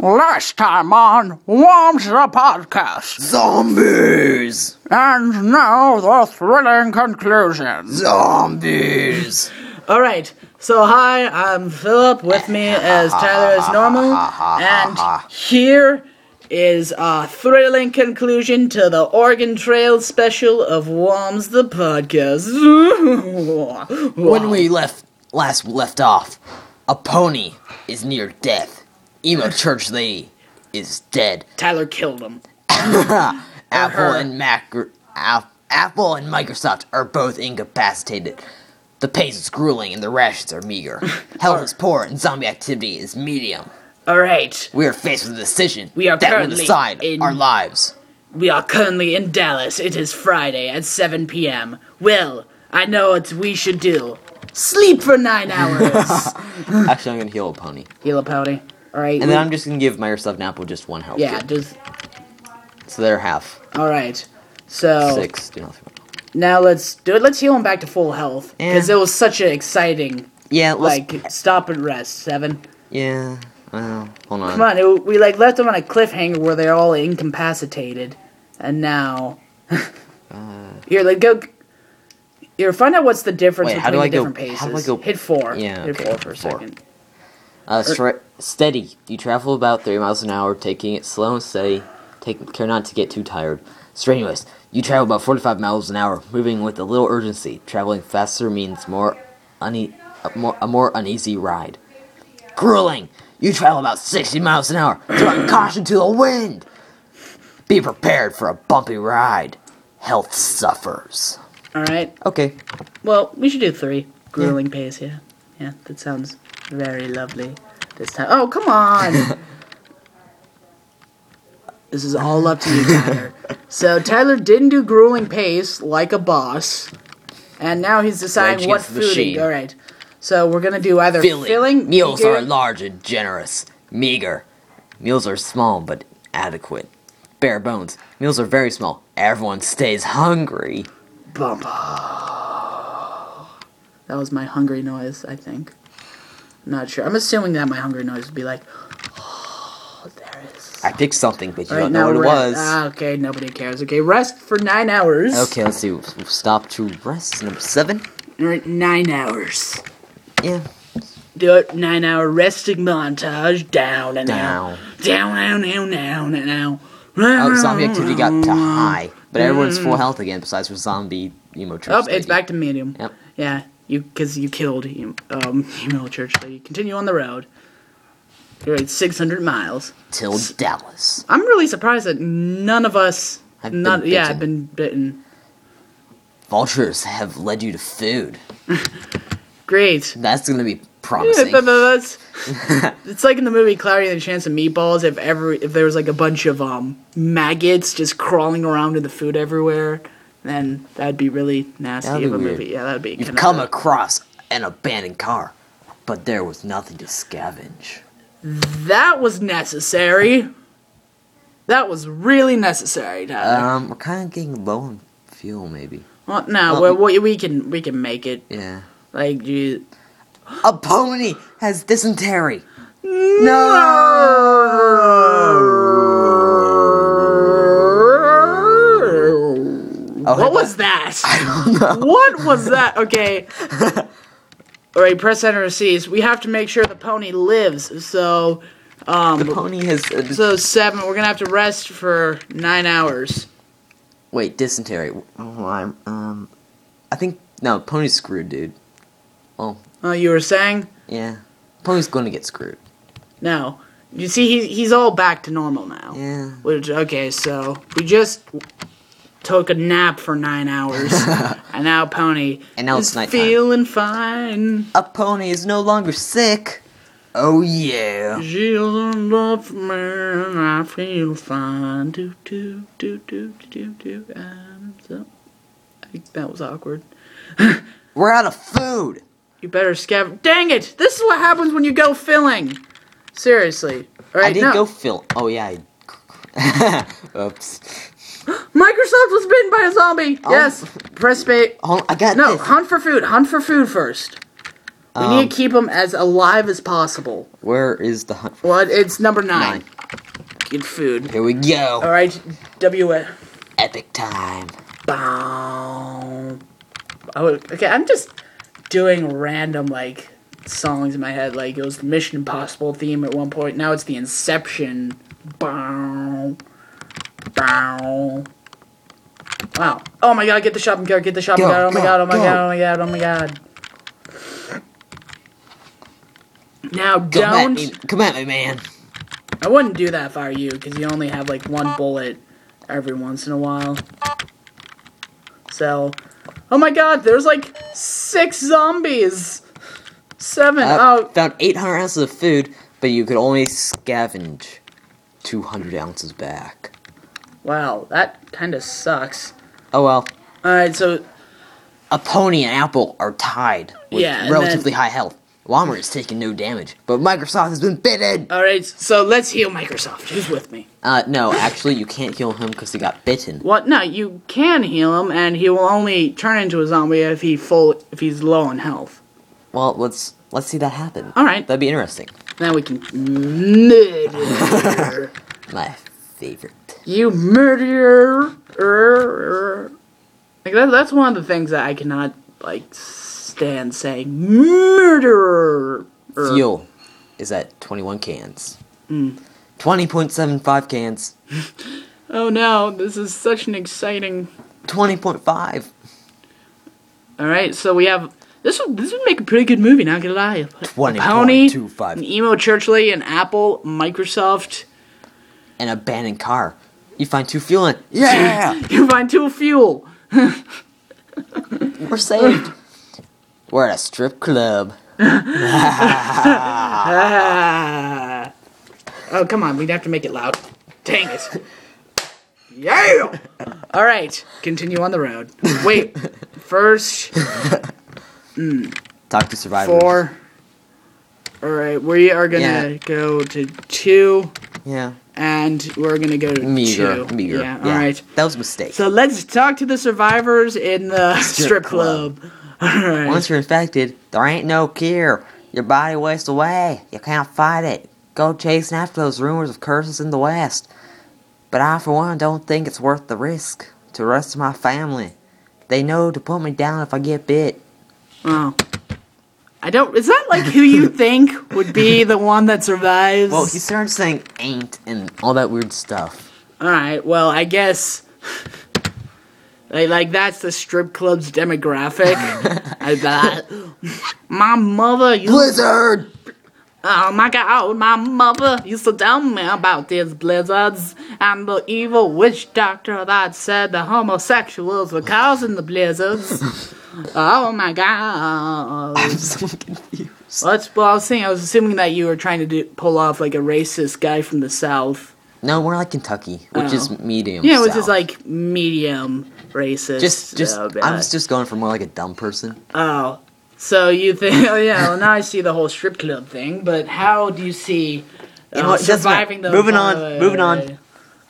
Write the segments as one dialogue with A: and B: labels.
A: Last time on Worms the Podcast,
B: Zombies!
A: and now the thrilling conclusion.
B: Zombies!
C: All right. So hi, I'm Philip. With me as Tyler as normal, and here is our thrilling conclusion to the Oregon Trail special of Worms the podcast.
B: When we left last left off, a pony is near death. Emo Church Lady is dead.
C: Tyler killed him.
B: Apple
C: her.
B: and Mac Ap- Apple and Microsoft are both incapacitated. The pace is grueling and the rations are meager. Health is poor and zombie activity is medium.
C: All right.
B: We are faced with a decision
C: We are
B: that will
C: currently
B: decide
C: in-
B: our lives.
C: We are currently in Dallas. It is Friday at 7 p.m. Well, I know what we should do. Sleep for nine hours.
B: Actually, I'm gonna heal a pony,
C: Hila Pouty. All right.
B: and then I'm just gonna give Microsoft and Apple just one health.
C: yeah,
B: kit.
C: just
B: so they're half
C: all right. So
B: six. Do nothing.
C: Now let's do it. Let's heal him back to full health because
B: Yeah.
C: it was such an exciting
B: Yeah, let's,
C: like stop and rest seven.
B: yeah. Well, hold on.
C: Come on, it, we like left them on a cliffhanger where they're all incapacitated, and now you're like go. You're find out what's the difference
B: Wait,
C: between
B: how do
C: the
B: I go-
C: different paces.
B: how do I go-
C: Hit four.
B: Yeah,
C: hit
B: okay,
C: four for a
B: four.
C: second.
B: Uh, stre- steady. You travel about three miles an hour, taking it slow and steady. Take care not to get too tired. Strenuous. You travel about 45 miles an hour, moving with a little urgency. Traveling faster means more, une- a, more a more uneasy ride. Grueling. You travel about 60 miles an hour, throwing caution to the wind. Be prepared for a bumpy ride. Health suffers.
C: All right.
B: Okay.
C: Well, we should do three grueling pace. Yeah, yeah. That sounds very lovely. This time. Oh, come on. this is all up to you, Tyler. so Tyler didn't do grueling pace like a boss, and now he's deciding
B: Rage
C: what
B: Against the
C: food.
B: Machine.
C: He, all right. So we're gonna do either filling,
B: filling. Meals are
C: eager-
B: large and generous, meager. Meals are small but adequate. Bare bones. Meals are very small. Everyone stays hungry.
C: Bum, bum. That was my hungry noise, I think. I'm not sure. I'm assuming that my hungry noise would be like, oh, there it is.
B: I picked something, but you don't
C: now
B: know what it
C: rest-
B: was.
C: Ah, okay, nobody cares. Okay, rest for nine hours.
B: Okay, let's see. Stop to rest. Number seven.
C: Alright, nine hours.
B: Yeah.
C: Do it. Nine hour resting montage. Down and
B: Down.
C: out. Down, down, down, down, down.
B: Oh, zombie activity got to high, but everyone's full health again, besides for zombie emo church.
C: Oh, it's
B: lady.
C: back to medium.
B: Yep.
C: Yeah, you because you killed em- um email church lady. Continue on the road. You're at 600 miles.
B: Till Dallas.
C: I'm really surprised that none of us.
B: I've been
C: none, yeah, I've
B: bitten.
C: been bitten.
B: Vultures have led you to food.
C: Great.
B: That's gonna be
C: Yeah,
B: promising.
C: but- but that's- it's like in the movie Cloudy and the Chance of Meatballs. If ever if there was like a bunch of um maggots just crawling around in the food everywhere, then that'd be really nasty
B: That'd
C: of
B: be
C: a
B: weird.
C: movie. Yeah, that'd be.
B: You've
C: kinda-
B: come across an abandoned car, but there was nothing to scavenge.
C: that was necessary. That was really necessary, Tyler.
B: Um, we're kind of getting low on fuel, maybe.
C: well, no,
B: well-
C: we, we can we can make it.
B: Yeah.
C: Like you,
B: A pony has dysentery. No. Oh,
C: what was that? What was that? Okay. All right, press enter to cease. We have to make sure the pony lives. So,
B: the pony has uh,
C: so seven. We're gonna have to rest for nine hours.
B: wait dysentery. Oh, I'm, um, I think no pony's screwed, dude. Well,
C: Uh, you were saying?
B: yeah, pony's going to get screwed.
C: No. You see, he, he's all back to normal now.
B: Yeah.
C: Which okay, so we just took a nap for nine hours, and now pony
B: And now
C: is
B: it's nighttime.
C: feeling fine.
B: A pony is no longer sick. Oh yeah.
C: She's in love for me, and I feel fine. Do do do do do do. do. Um, so I think that was awkward.
B: We're out of food.
C: You better scav. Dang it! This is what happens when you go filling. Seriously. All right,
B: I didn't
C: no.
B: go fill. Oh yeah. I... Oops.
C: Microsoft was bitten by a
B: Oh.
C: zombie. Yes. Press bait.
B: Hold on, I got
C: No,
B: this.
C: hunt for food. Hunt for food first. We
B: Um.
C: need to keep them as alive as possible.
B: Where is the hunt? For-
C: Well, it's number nine. Good food.
B: Here we go.
C: All right, W.
B: Epic time.
C: Bow. Oh, okay. I'm just doing random like songs in my head. Like it was the Mission Impossible theme at one point. Now it's the Inception. Bow. Bow. Wow. Oh my god, get the shopping cart, get the shopping
B: Go,
C: cart. Oh my
B: go,
C: god, oh my
B: go.
C: god, oh my god, oh my god. Now
B: Come at
C: don't
B: me, come at me, man.
C: I wouldn't do that if I were you, because you only have like one bullet every once in a while. So, oh my god, there's like six zombies, seven.
B: I
C: oh,
B: Uh, found 800 ounces of food, but you could only scavenge 200 ounces back.
C: wow, that kind of sucks.
B: Oh well.
C: All right, so
B: A pony and apple are tied with
C: Yeah, and
B: relatively
C: then-
B: high health. Walmart is taking no damage, but Microsoft has been bitten.
C: all right, so let's heal Microsoft. Who's with me?
B: Uh, no, actually, you can't heal him because he got bitten.
C: What? No, you can heal him, and he will only turn into a zombie if he full if he's low on health.
B: Well, let's let's see that happen.
C: All right.
B: that'd be interesting.
C: Now we can murder.
B: My favorite.
C: You murderer. Like that, that's one of the things that I cannot like stand saying murderer.
B: Fuel is at 21 cans.
C: Mm.
B: 20.75 cans.
C: Oh no, this is such an exciting.
B: 20.5.
C: All right, so we have this. would- This would make a pretty good movie. Not gonna lie. A
B: 20.25.
C: Pony, an emo churchly, an apple, Microsoft.
B: An abandoned car. You find two fuel in. it. Yeah!
C: You find two fuel.
B: We're saved. We're at a strip club.
C: Ah. Oh come on, we'd have to make it loud. Dang it. Yeah. All right, continue on the road. Wait, first
B: Talk to survivors.
C: four. All right, we are gonna
B: Yeah.
C: go to two,
B: Yeah.
C: and we're gonna go to
B: Meager.
C: two.
B: Meager.
C: Yeah. All right.
B: That was a mistake.
C: So let's talk to the survivors in the strip, club.
B: club.
C: All right.
B: Once you're infected, there ain't no cure. Your body wastes away. You can't fight it. Go chasing after those rumors of curses in the West. But I, for one, don't think it's worth the risk to the rest of my family. They know to put me down if I get bit.
C: Oh. I don't. Is that like who you think would be the one that survives?
B: Well, he started saying ain't and all that weird stuff.
C: All right. Well, I guess like, like that's the strip club's demographic. I bet. My mother used
B: Blizzard!
C: oh my god, my mother used to tell me about these blizzards and the evil witch doctor that said the homosexuals were causing the blizzards. oh my god.
B: I'm so confused.
C: Well, that's well, I was saying. I was assuming that you were trying to do, pull off like a racist guy from the south.
B: No, we're like Kentucky, which is
C: Oh.
B: medium.
C: Yeah, which is
B: south.
C: like medium racist.
B: Just, just,
C: uh,
B: I was just going for more like a dumb person.
C: oh, so you think? Oh, yeah. Well, now I see the whole strip club thing. But how do you see uh,
B: You know what, it doesn't matter.
C: surviving the?
B: Moving on,
C: uh,
B: moving on.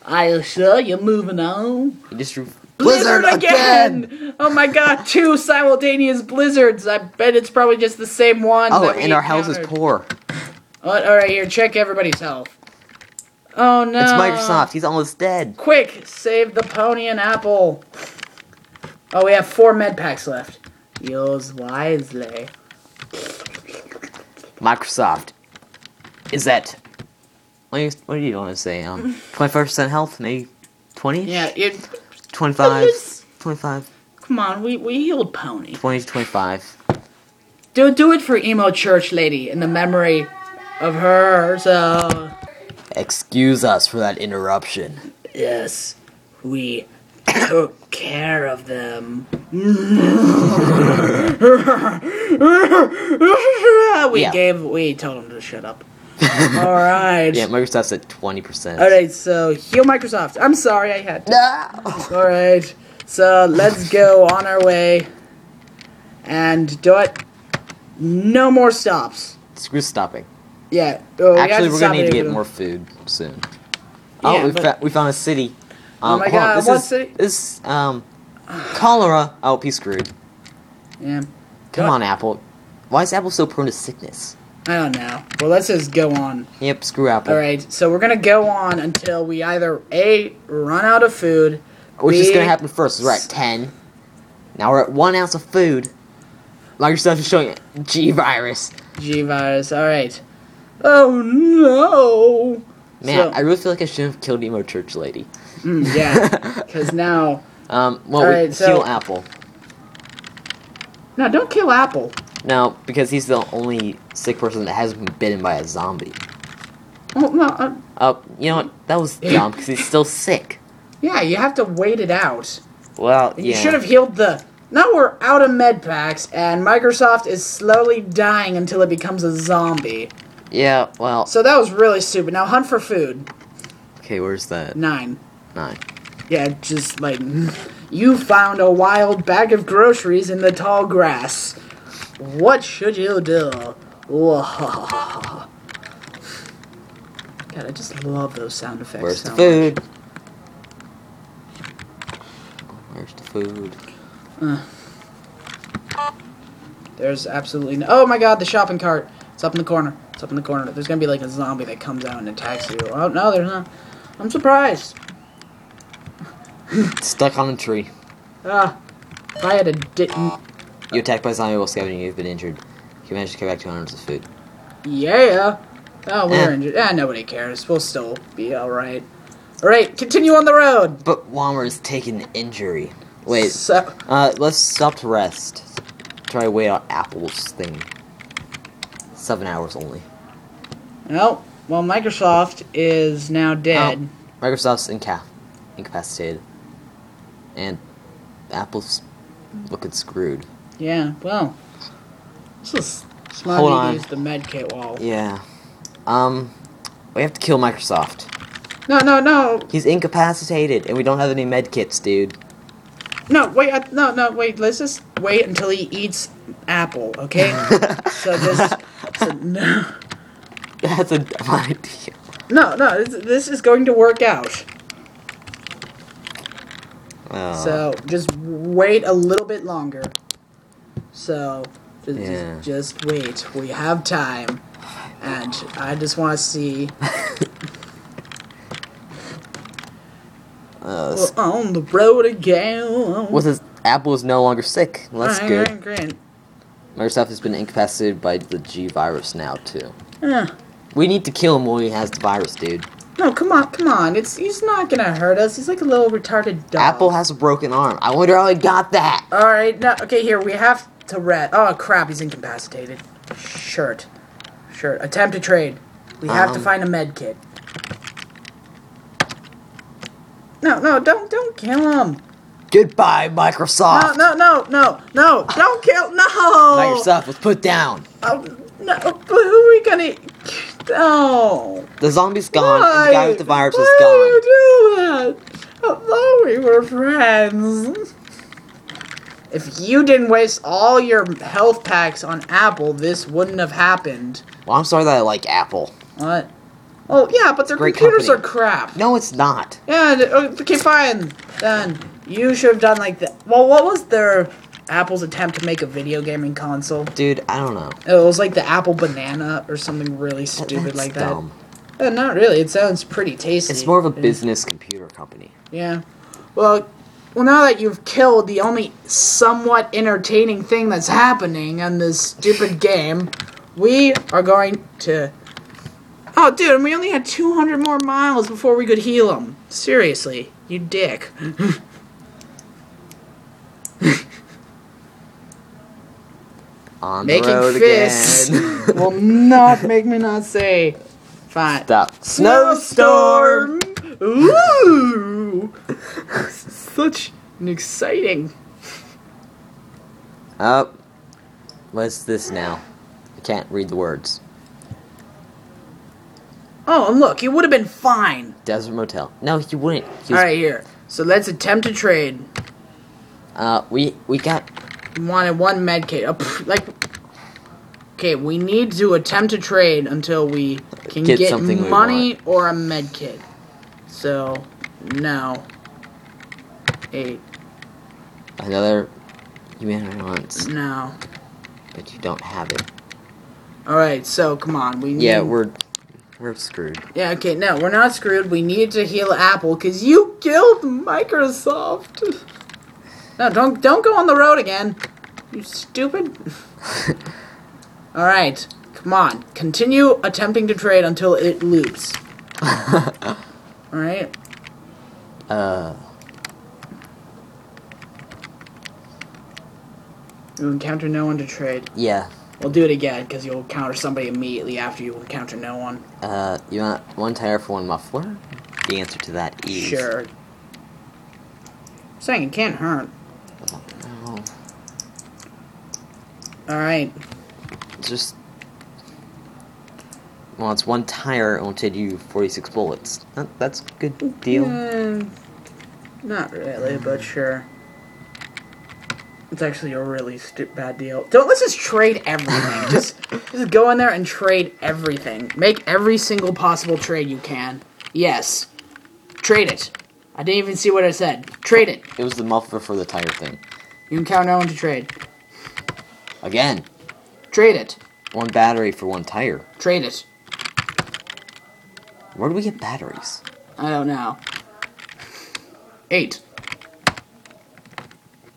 C: I sure you're moving on.
B: You just drew
C: Blizzard again! Oh my god, two simultaneous blizzards. I bet it's probably just the same one.
B: Oh,
C: that we
B: and our house is
C: encountered.
B: poor.
C: Oh, all right, here, check everybody's health. Oh no!
B: It's Microsoft. He's almost dead.
C: Quick, save the pony and apple. Oh, we have four med packs left. Use wisely.
B: Microsoft is at. What do you, what do you want to say? Um, twenty five percent health, maybe twenty.
C: Yeah, it,
B: 25,
C: Yes.
B: 25,
C: come on, we, we healed pony.
B: 20 to 25.
C: Do do it for emo church lady in the memory of her. So
B: Excuse us for that interruption.
C: yes, we took care of them. we
B: Yeah.
C: gave we told them to shut up. All right.
B: Yeah, Microsoft's at 20%.
C: All right, so heal Microsoft. I'm sorry I had. To.
B: No!
C: All right, so let's go on our way, and do it. No more stops.
B: Screw stopping.
C: Yeah. oh, we have
B: Actually,
C: to
B: we're
C: stop
B: gonna need to
C: it.
B: get more food soon. oh,
C: Yeah,
B: we,
C: but- Oh
B: fa- we found a city. Um,
C: my
B: hold on,
C: God,
B: this
C: what
B: is,
C: city?
B: This, um, cholera. Oh, be screwed.
C: Yeah.
B: Come
C: What?
B: on, Apple. Why is Apple so prone to sickness?
C: I don't know. Well, let's just go on.
B: Yep, screw Apple.
C: All right, so we're gonna go on until we either a run out of food,
B: Which is
C: B,
B: going to happen first. We're at 10. Now we're at one ounce of food. Microsoft is showing G virus.
C: G virus. All right. Oh no.
B: Man,
C: So-
B: I really feel like I should have killed Emo Church Lady.
C: Mm, yeah, because now
B: Um, well,
C: All
B: we
C: right, so-
B: kill Apple.
C: no, don't kill Apple.
B: No, because he's the only sick person that hasn't been bitten by a zombie.
C: Well, no, uh,
B: Uh, you know what? That was dumb because he's still sick.
C: yeah, you have to wait it out.
B: Well,
C: You
B: yeah.
C: should have healed the. Now we're out of med packs, and Microsoft is slowly dying until it becomes a zombie.
B: Yeah. Well.
C: So that was really stupid. Now hunt for food.
B: okay. Where's that?
C: Nine.
B: Nine.
C: Yeah, just like you found a wild bag of groceries in the tall grass. What should you do? Whoa. God, I just love those sound effects.
B: Where's
C: so
B: the
C: much.
B: food? Where's the food?
C: There's absolutely no. Oh my god, the shopping cart. It's up in the corner. It's up in the corner. There's gonna be like a zombie that comes out and attacks you. Oh no, there's not. I'm surprised.
B: Stuck on a tree.
C: Ah, if I had a didn't.
B: You attacked by a zombie while scavenging. You've been injured. You managed to come back to hundreds of food.
C: Yeah. Oh, we're
B: Eh.
C: injured. Ah, nobody cares. We'll still be all right. All right, continue on the road.
B: But Walmer's taken an injury. Wait.
C: So,
B: Uh, let's stop to rest. Try to wait out Apple's thing. Seven hours only.
C: well, oh, well, Microsoft is now dead.
B: Oh, Microsoft's inca- incapacitated. And Apple's looking screwed.
C: Yeah. Well, this is smart
B: Hold
C: of you to
B: on.
C: use the medkit wall.
B: Yeah. Um, we have to kill Microsoft.
C: No, no, no,
B: He's incapacitated, and we don't have any med kits, dude.
C: No, wait, uh, no, no, wait. Let's just wait until he eats apple, okay? so this, so, no,
B: That's a dumb idea.
C: no, no. This, this is going to work out.
B: Oh,
C: So just wait a little bit longer. So just,
B: Yeah.
C: just wait. We have time, and I just want to see.
B: uh,
C: We're on the road again.
B: with his Apple is no longer sick. Well, that's
C: Alright,
B: good.
C: alright, great.
B: Microsoft has been incapacitated by the G virus now too.
C: Ah.
B: We need to kill him while he has the virus, dude.
C: No, come on, come on. It's he's not gonna hurt us. He's like a little retarded dog.
B: Apple has a broken arm. I wonder how he got that.
C: All right, no, okay, here we have to red. Oh crap, he's incapacitated. Shirt, shirt. Attempt to trade. We have to
B: Um.
C: find a med kit. No, no, don't, don't kill him.
B: Goodbye, Microsoft.
C: No, no, no, no, no, don't kill. No.
B: Microsoft was put down.
C: Oh, no, but who are we gonna? No.
B: The zombie's gone, and the guy with the virus
C: Why
B: is
C: Why
B: gone.
C: do you do that? I thought we were friends. If you didn't waste all your health packs on Apple, this wouldn't have happened.
B: Well, I'm sorry that I like Apple.
C: What? Oh yeah, but their
B: Great
C: computers
B: company.
C: are crap.
B: No, it's not.
C: Yeah. th- Okay, fine. Then you should have done like that. Well, what was their Apple's attempt to make a video gaming console? Oh,
B: Dude, I don't know.
C: It was like the Apple Banana or something really stupid
B: That's
C: like that.
B: dumb.
C: Uh, not really. It sounds pretty tasty.
B: It's more of a
C: business.
B: business computer company.
C: Yeah. Well, well, now that you've killed the only somewhat entertaining thing that's happening on this stupid game, we are going to. Oh, dude, and we only had 200 more miles before we could heal him. Seriously, you dick.
B: On the
C: Making
B: road
C: fists
B: again.
C: will not make me not say. Fine.
B: Stop. Snowstorm.
C: Ooh! Such an exciting.
B: Up. What's this now? I can't read the words.
C: Oh, and look, you would have been fine.
B: Desert Motel. No, you wouldn't. He
C: All
B: was-
C: right, here. So let's attempt to trade.
B: Uh, we we got.
C: We Wanted one med kit. Uh, pff, like, okay, we need to attempt to trade until we can
B: Get
C: get,
B: something we
C: money or a med kit. So, no. Eight.
B: Another human wants
C: No.
B: but you don't have it.
C: All right, so come on, we need.
B: Yeah, we're we're screwed.
C: Yeah, okay, no, we're not screwed. We need to heal Apple because you killed Microsoft. No, don't don't go on the road again. You stupid. All right, come on. Continue attempting to trade until it loops. All right.
B: Uh,
C: You encounter no one to trade.
B: yeah.
C: We'll do it again because you'll encounter somebody immediately after you encounter no one.
B: Uh, you want one tire for one muffler? The answer to that is
C: Sure. Saying it can't hurt.
B: No,
C: All right.
B: just well, it's one tire. It will take you forty-six bullets. That, that's a good deal.
C: Mm, not really, but sure. It's actually a really stu- bad deal. Don't let's just trade everything. just just go in there and trade everything. Make every single possible trade you can. Yes. Trade it. I didn't even see what I said. Trade it.
B: It was the muffler for the tire thing.
C: You encounter no one to trade.
B: Again,
C: Trade it.
B: one battery for one tire.
C: Trade it.
B: Where do we get batteries?
C: I don't know. Eight.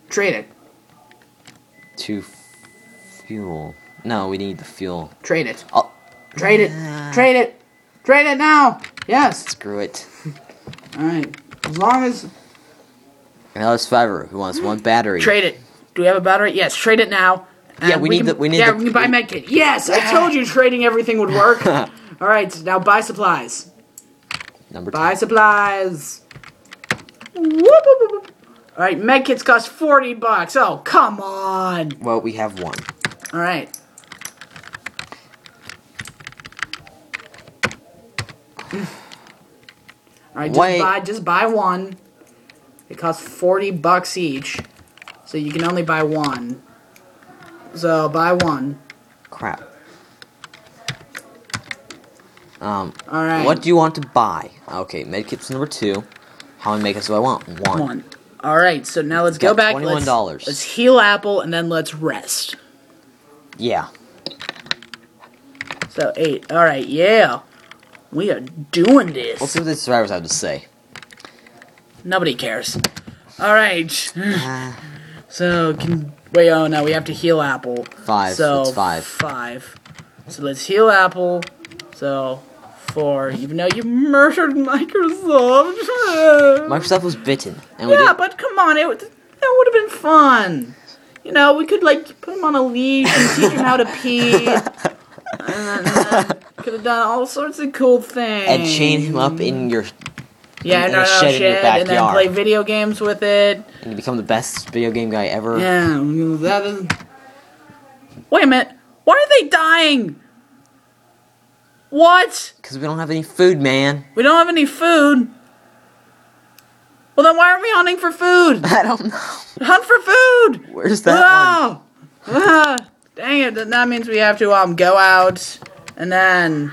C: Trade it.
B: To f- fuel. No, we need the fuel.
C: Trade it.
B: Oh,
C: Trade
B: Yeah.
C: it. Trade it. Trade it now. Yes.
B: screw it.
C: All right. As long as
B: Alice Fiver, who wants one battery?
C: trade it. Do we have a battery? Yes. Trade it now.
B: Yeah,
C: And
B: we need
C: can-
B: the- we need
C: Yeah,
B: the-
C: we can buy medkit. Yes, I told you trading everything would work. All right. Now buy supplies.
B: Number two.
C: Buy supplies. Whoop, whoop, whoop, whoop. All right. Medkits cost forty bucks. Oh, come on.
B: Well, we have one.
C: All right. All right, just
B: Wait.
C: buy just buy one. It costs 40 bucks each. So you can only buy one. So buy one.
B: Crap. Um,
C: All right.
B: what do you want to buy? Okay, medkit's number two. How many medkits do I want? One.
C: one? All right, so now let's go
B: Got
C: back. Let's,
B: $21.
C: let's heal Apple and then let's rest.
B: Yeah.
C: So eight. All right, yeah. We are doing this.
B: Let's see what the survivors have to say.
C: Nobody cares. All right. So can wait. Oh no, we have to heal Apple.
B: Five,
C: So
B: it's five.
C: Five. So let's heal Apple. So four. Even though you murdered Microsoft.
B: Microsoft was bitten, and we
C: yeah,
B: did.
C: but come on, it would- that would have been fun. You know, we could like put him on a leash and teach him how to pee. Could have done all sorts of cool things.
B: And chain him up in your
C: yeah,
B: in
C: no,
B: a
C: no,
B: shed in your
C: and then
B: backyard.
C: play video games with it.
B: and become the best video game guy ever.
C: Yeah, that is. Wait a minute. Why are they dying? What?
B: Because we don't have any food, man.
C: We don't have any food. Well, then why aren't we hunting for food?
B: I don't know.
C: Hunt for food!
B: Where's that one?
C: wow! Ah, dang it! Then that means we have to um go out and then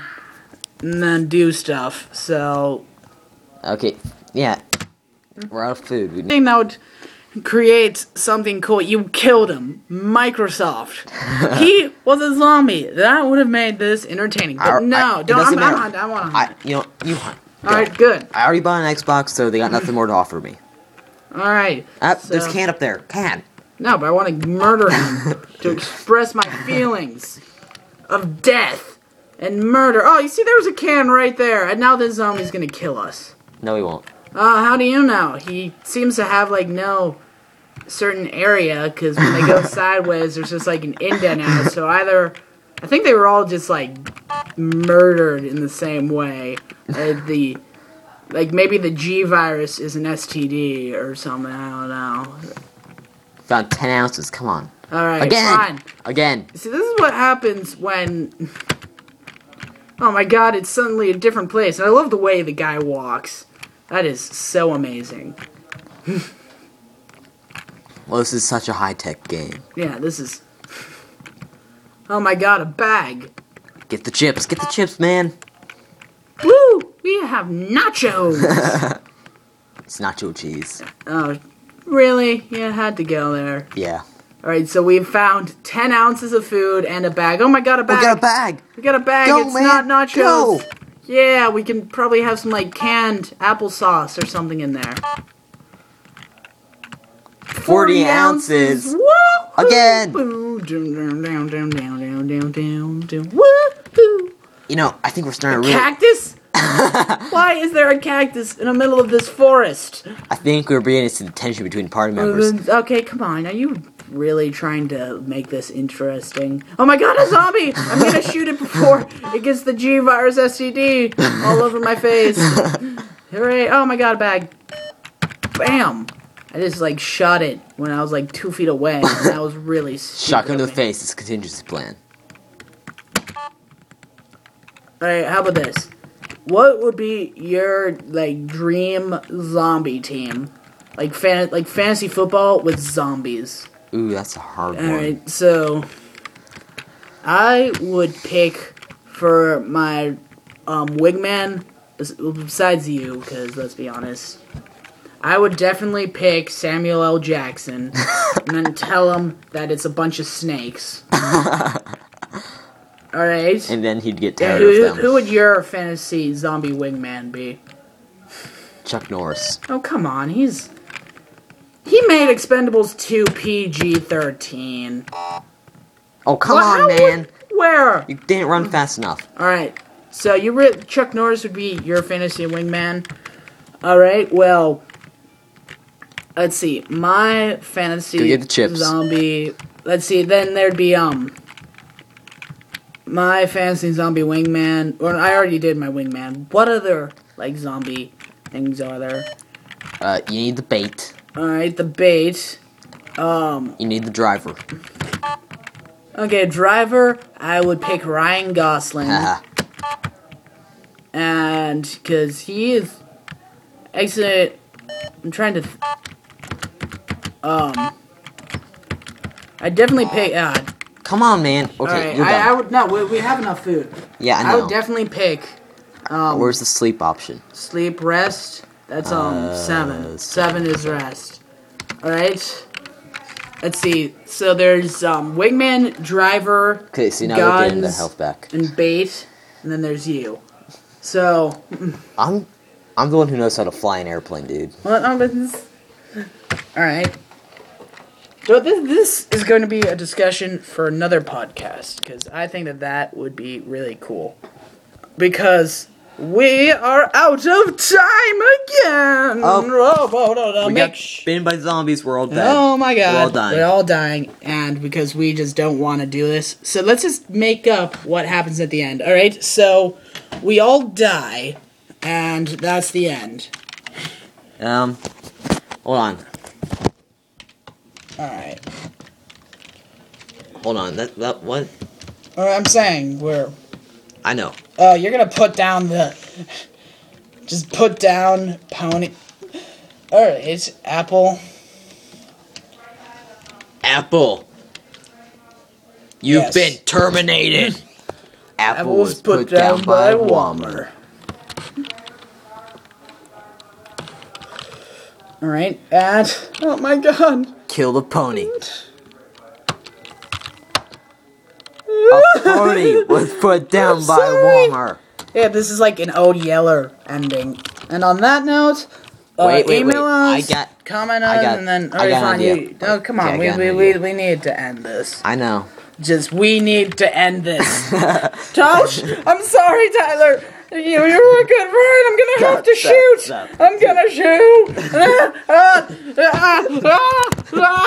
C: and then do stuff. So
B: Okay, yeah. We're out of food. We
C: I think that would create something cool. You killed him, Microsoft. he was a zombie. That would have made this entertaining. But
B: I-
C: no,
B: I- it
C: don't.
B: doesn't
C: I'm, I'm
B: matter.
C: on. I want
B: I,
C: to.
B: you know, you hunt.
C: All right, good.
B: I already bought an Xbox, so they got nothing more to offer me.
C: All right.
B: Ah, there's
C: So-
B: can up there. Can.
C: No, but I want to murder him to express my feelings of death and murder. Oh, you see, there was a can right there, and now this zombie's gonna kill us.
B: No, he won't.
C: Uh, how do you know? He seems to have like no certain area because when they go sideways, there's just like an indent out. So either, I think they were all just like murdered in the same way. Like the, like maybe the G virus is an STD or something. I don't know.
B: Found 10 ounces. Come on.
C: All right,
B: Again.
C: fine.
B: Again.
C: See, this is what happens when. Oh my god, it's suddenly a different place. And I love the way the guy walks. That is so amazing.
B: Well, this is such a high tech game.
C: Yeah, this is. Oh my god, a bag!
B: Get the chips. Get the chips, man.
C: Woo! We have nachos!
B: It's nacho cheese.
C: oh, really? Yeah, had to go there.
B: Yeah.
C: All right, so we've found 10 ounces of food and a bag. Oh my god, a bag!
D: We got a bag.
C: We got a bag.
D: Go,
C: it's
D: man.
C: not nachos.
D: Go.
C: Yeah, we can probably have some like canned applesauce or something in there.
B: 40 ounces.
C: Woo!
D: Again.
C: Down, down, down, down, down, down, down, down. Woo!
D: You know, I think we're starting to really.
C: Cactus? Why is there a cactus in the middle of this forest?
B: I think we're beginning to see the tension between party members.
C: Okay, come on. Are you really trying to make this interesting? Oh my god, a zombie! I'm gonna shoot it before it gets the G virus STD all over my face. Hooray! Oh my god, a bag. Bam! I just like shot it when I was like two feet away. And that was really stupid
B: Shotgun to
C: of
B: the
C: me.
B: face. It's a contingency plan.
C: All right, how about this? What would be your like dream zombie team? Like fan like fantasy football with zombies.
B: Ooh, that's a hard
C: All
B: one.
C: right, so I would pick for my um wigman bes- besides you cuz let's be honest. I would definitely pick Samuel L. Jackson and then tell him that it's a bunch of snakes. All right.
B: And then he'd get
C: Yeah,
B: tired
C: Uh, who,
B: of them.
C: who would your fantasy zombie wingman be?
B: Chuck Norris.
C: Oh, come on, he's he made Expendables 2 PG-13.
B: Oh, come
C: What-
B: on,
C: how would-
B: man.
C: Where?
B: You didn't run fast enough.
C: All right, so you re- Chuck Norris would be your fantasy wingman. All right, well, let's see, my fantasy
B: Go get the chips.
C: zombie. Let's see, then there'd be um. My fantasy zombie wingman, or I already did my wingman. What other like zombie things are there?
B: Uh, you need the bait.
C: All right, the bait. Um,
B: You need the driver.
C: okay, driver. I would pick Ryan Gosling,
B: Haha.
C: and because he is excellent. I'm trying to. Th- um, I definitely pick. Uh,
B: Come on, man. Okay,
C: all right,
B: you're done.
C: I, I would no. We, we have enough food.
B: yeah, I
C: I,
B: know.
C: would definitely pick.
B: Where's the sleep option?
C: Sleep, rest. That's um
B: Uh,
C: seven. Seven is rest. All right. Let's see. So there's um wingman, driver,
B: Okay, see now we're getting the
C: guns,
B: health back.
C: and bait, and then there's you. So
B: I'm, I'm the one who knows how to fly an airplane, dude.
C: what happens? All right. So this this is going to be a discussion for another podcast because I think that that would be really cool because. We are out of time again.
B: Oh.
C: Oh,
B: We
C: make
B: got
C: sh-
B: bitten by zombies. We're all dead.
C: Oh my god.
B: We're all dying.
C: We're all dying, and because we just don't want to do this. So let's just make up what happens at the end. All right? So we all die, and that's the end.
B: Um, hold on,
C: All right.
B: hold on. That that what?
C: All right, I'm saying we're
B: I know.
C: Oh, you're going to put down the just put down pony. All right, it's apple.
B: Apple. You've
C: Yes.
B: been terminated. Apple,
C: Apple was put, down, by Walmer. All right, and oh my god.
B: Kill the pony. A pony was put down by
C: sorry.
B: Walmer.
C: Yeah, this is like an old Yeller ending. And on that note, uh,
B: Wait, wait,
C: email
B: wait.
C: us,
B: I got-
C: comment
B: I
C: us,
B: got-
C: and then
B: I
C: alright,
B: got an
C: fine,
B: idea.
C: you- No, come
B: Okay, I
C: on,
B: got
C: we,
B: an
C: we, we
B: idea.
C: we need to end this.
B: I know.
C: Just we need to end this. Tosh, I'm sorry, Tyler. You, you were a good friend. I'm gonna have to
B: Stop,
C: shoot.
B: stop, stop.
C: I'm gonna shoot. Ah, ah, ah, ah, ah.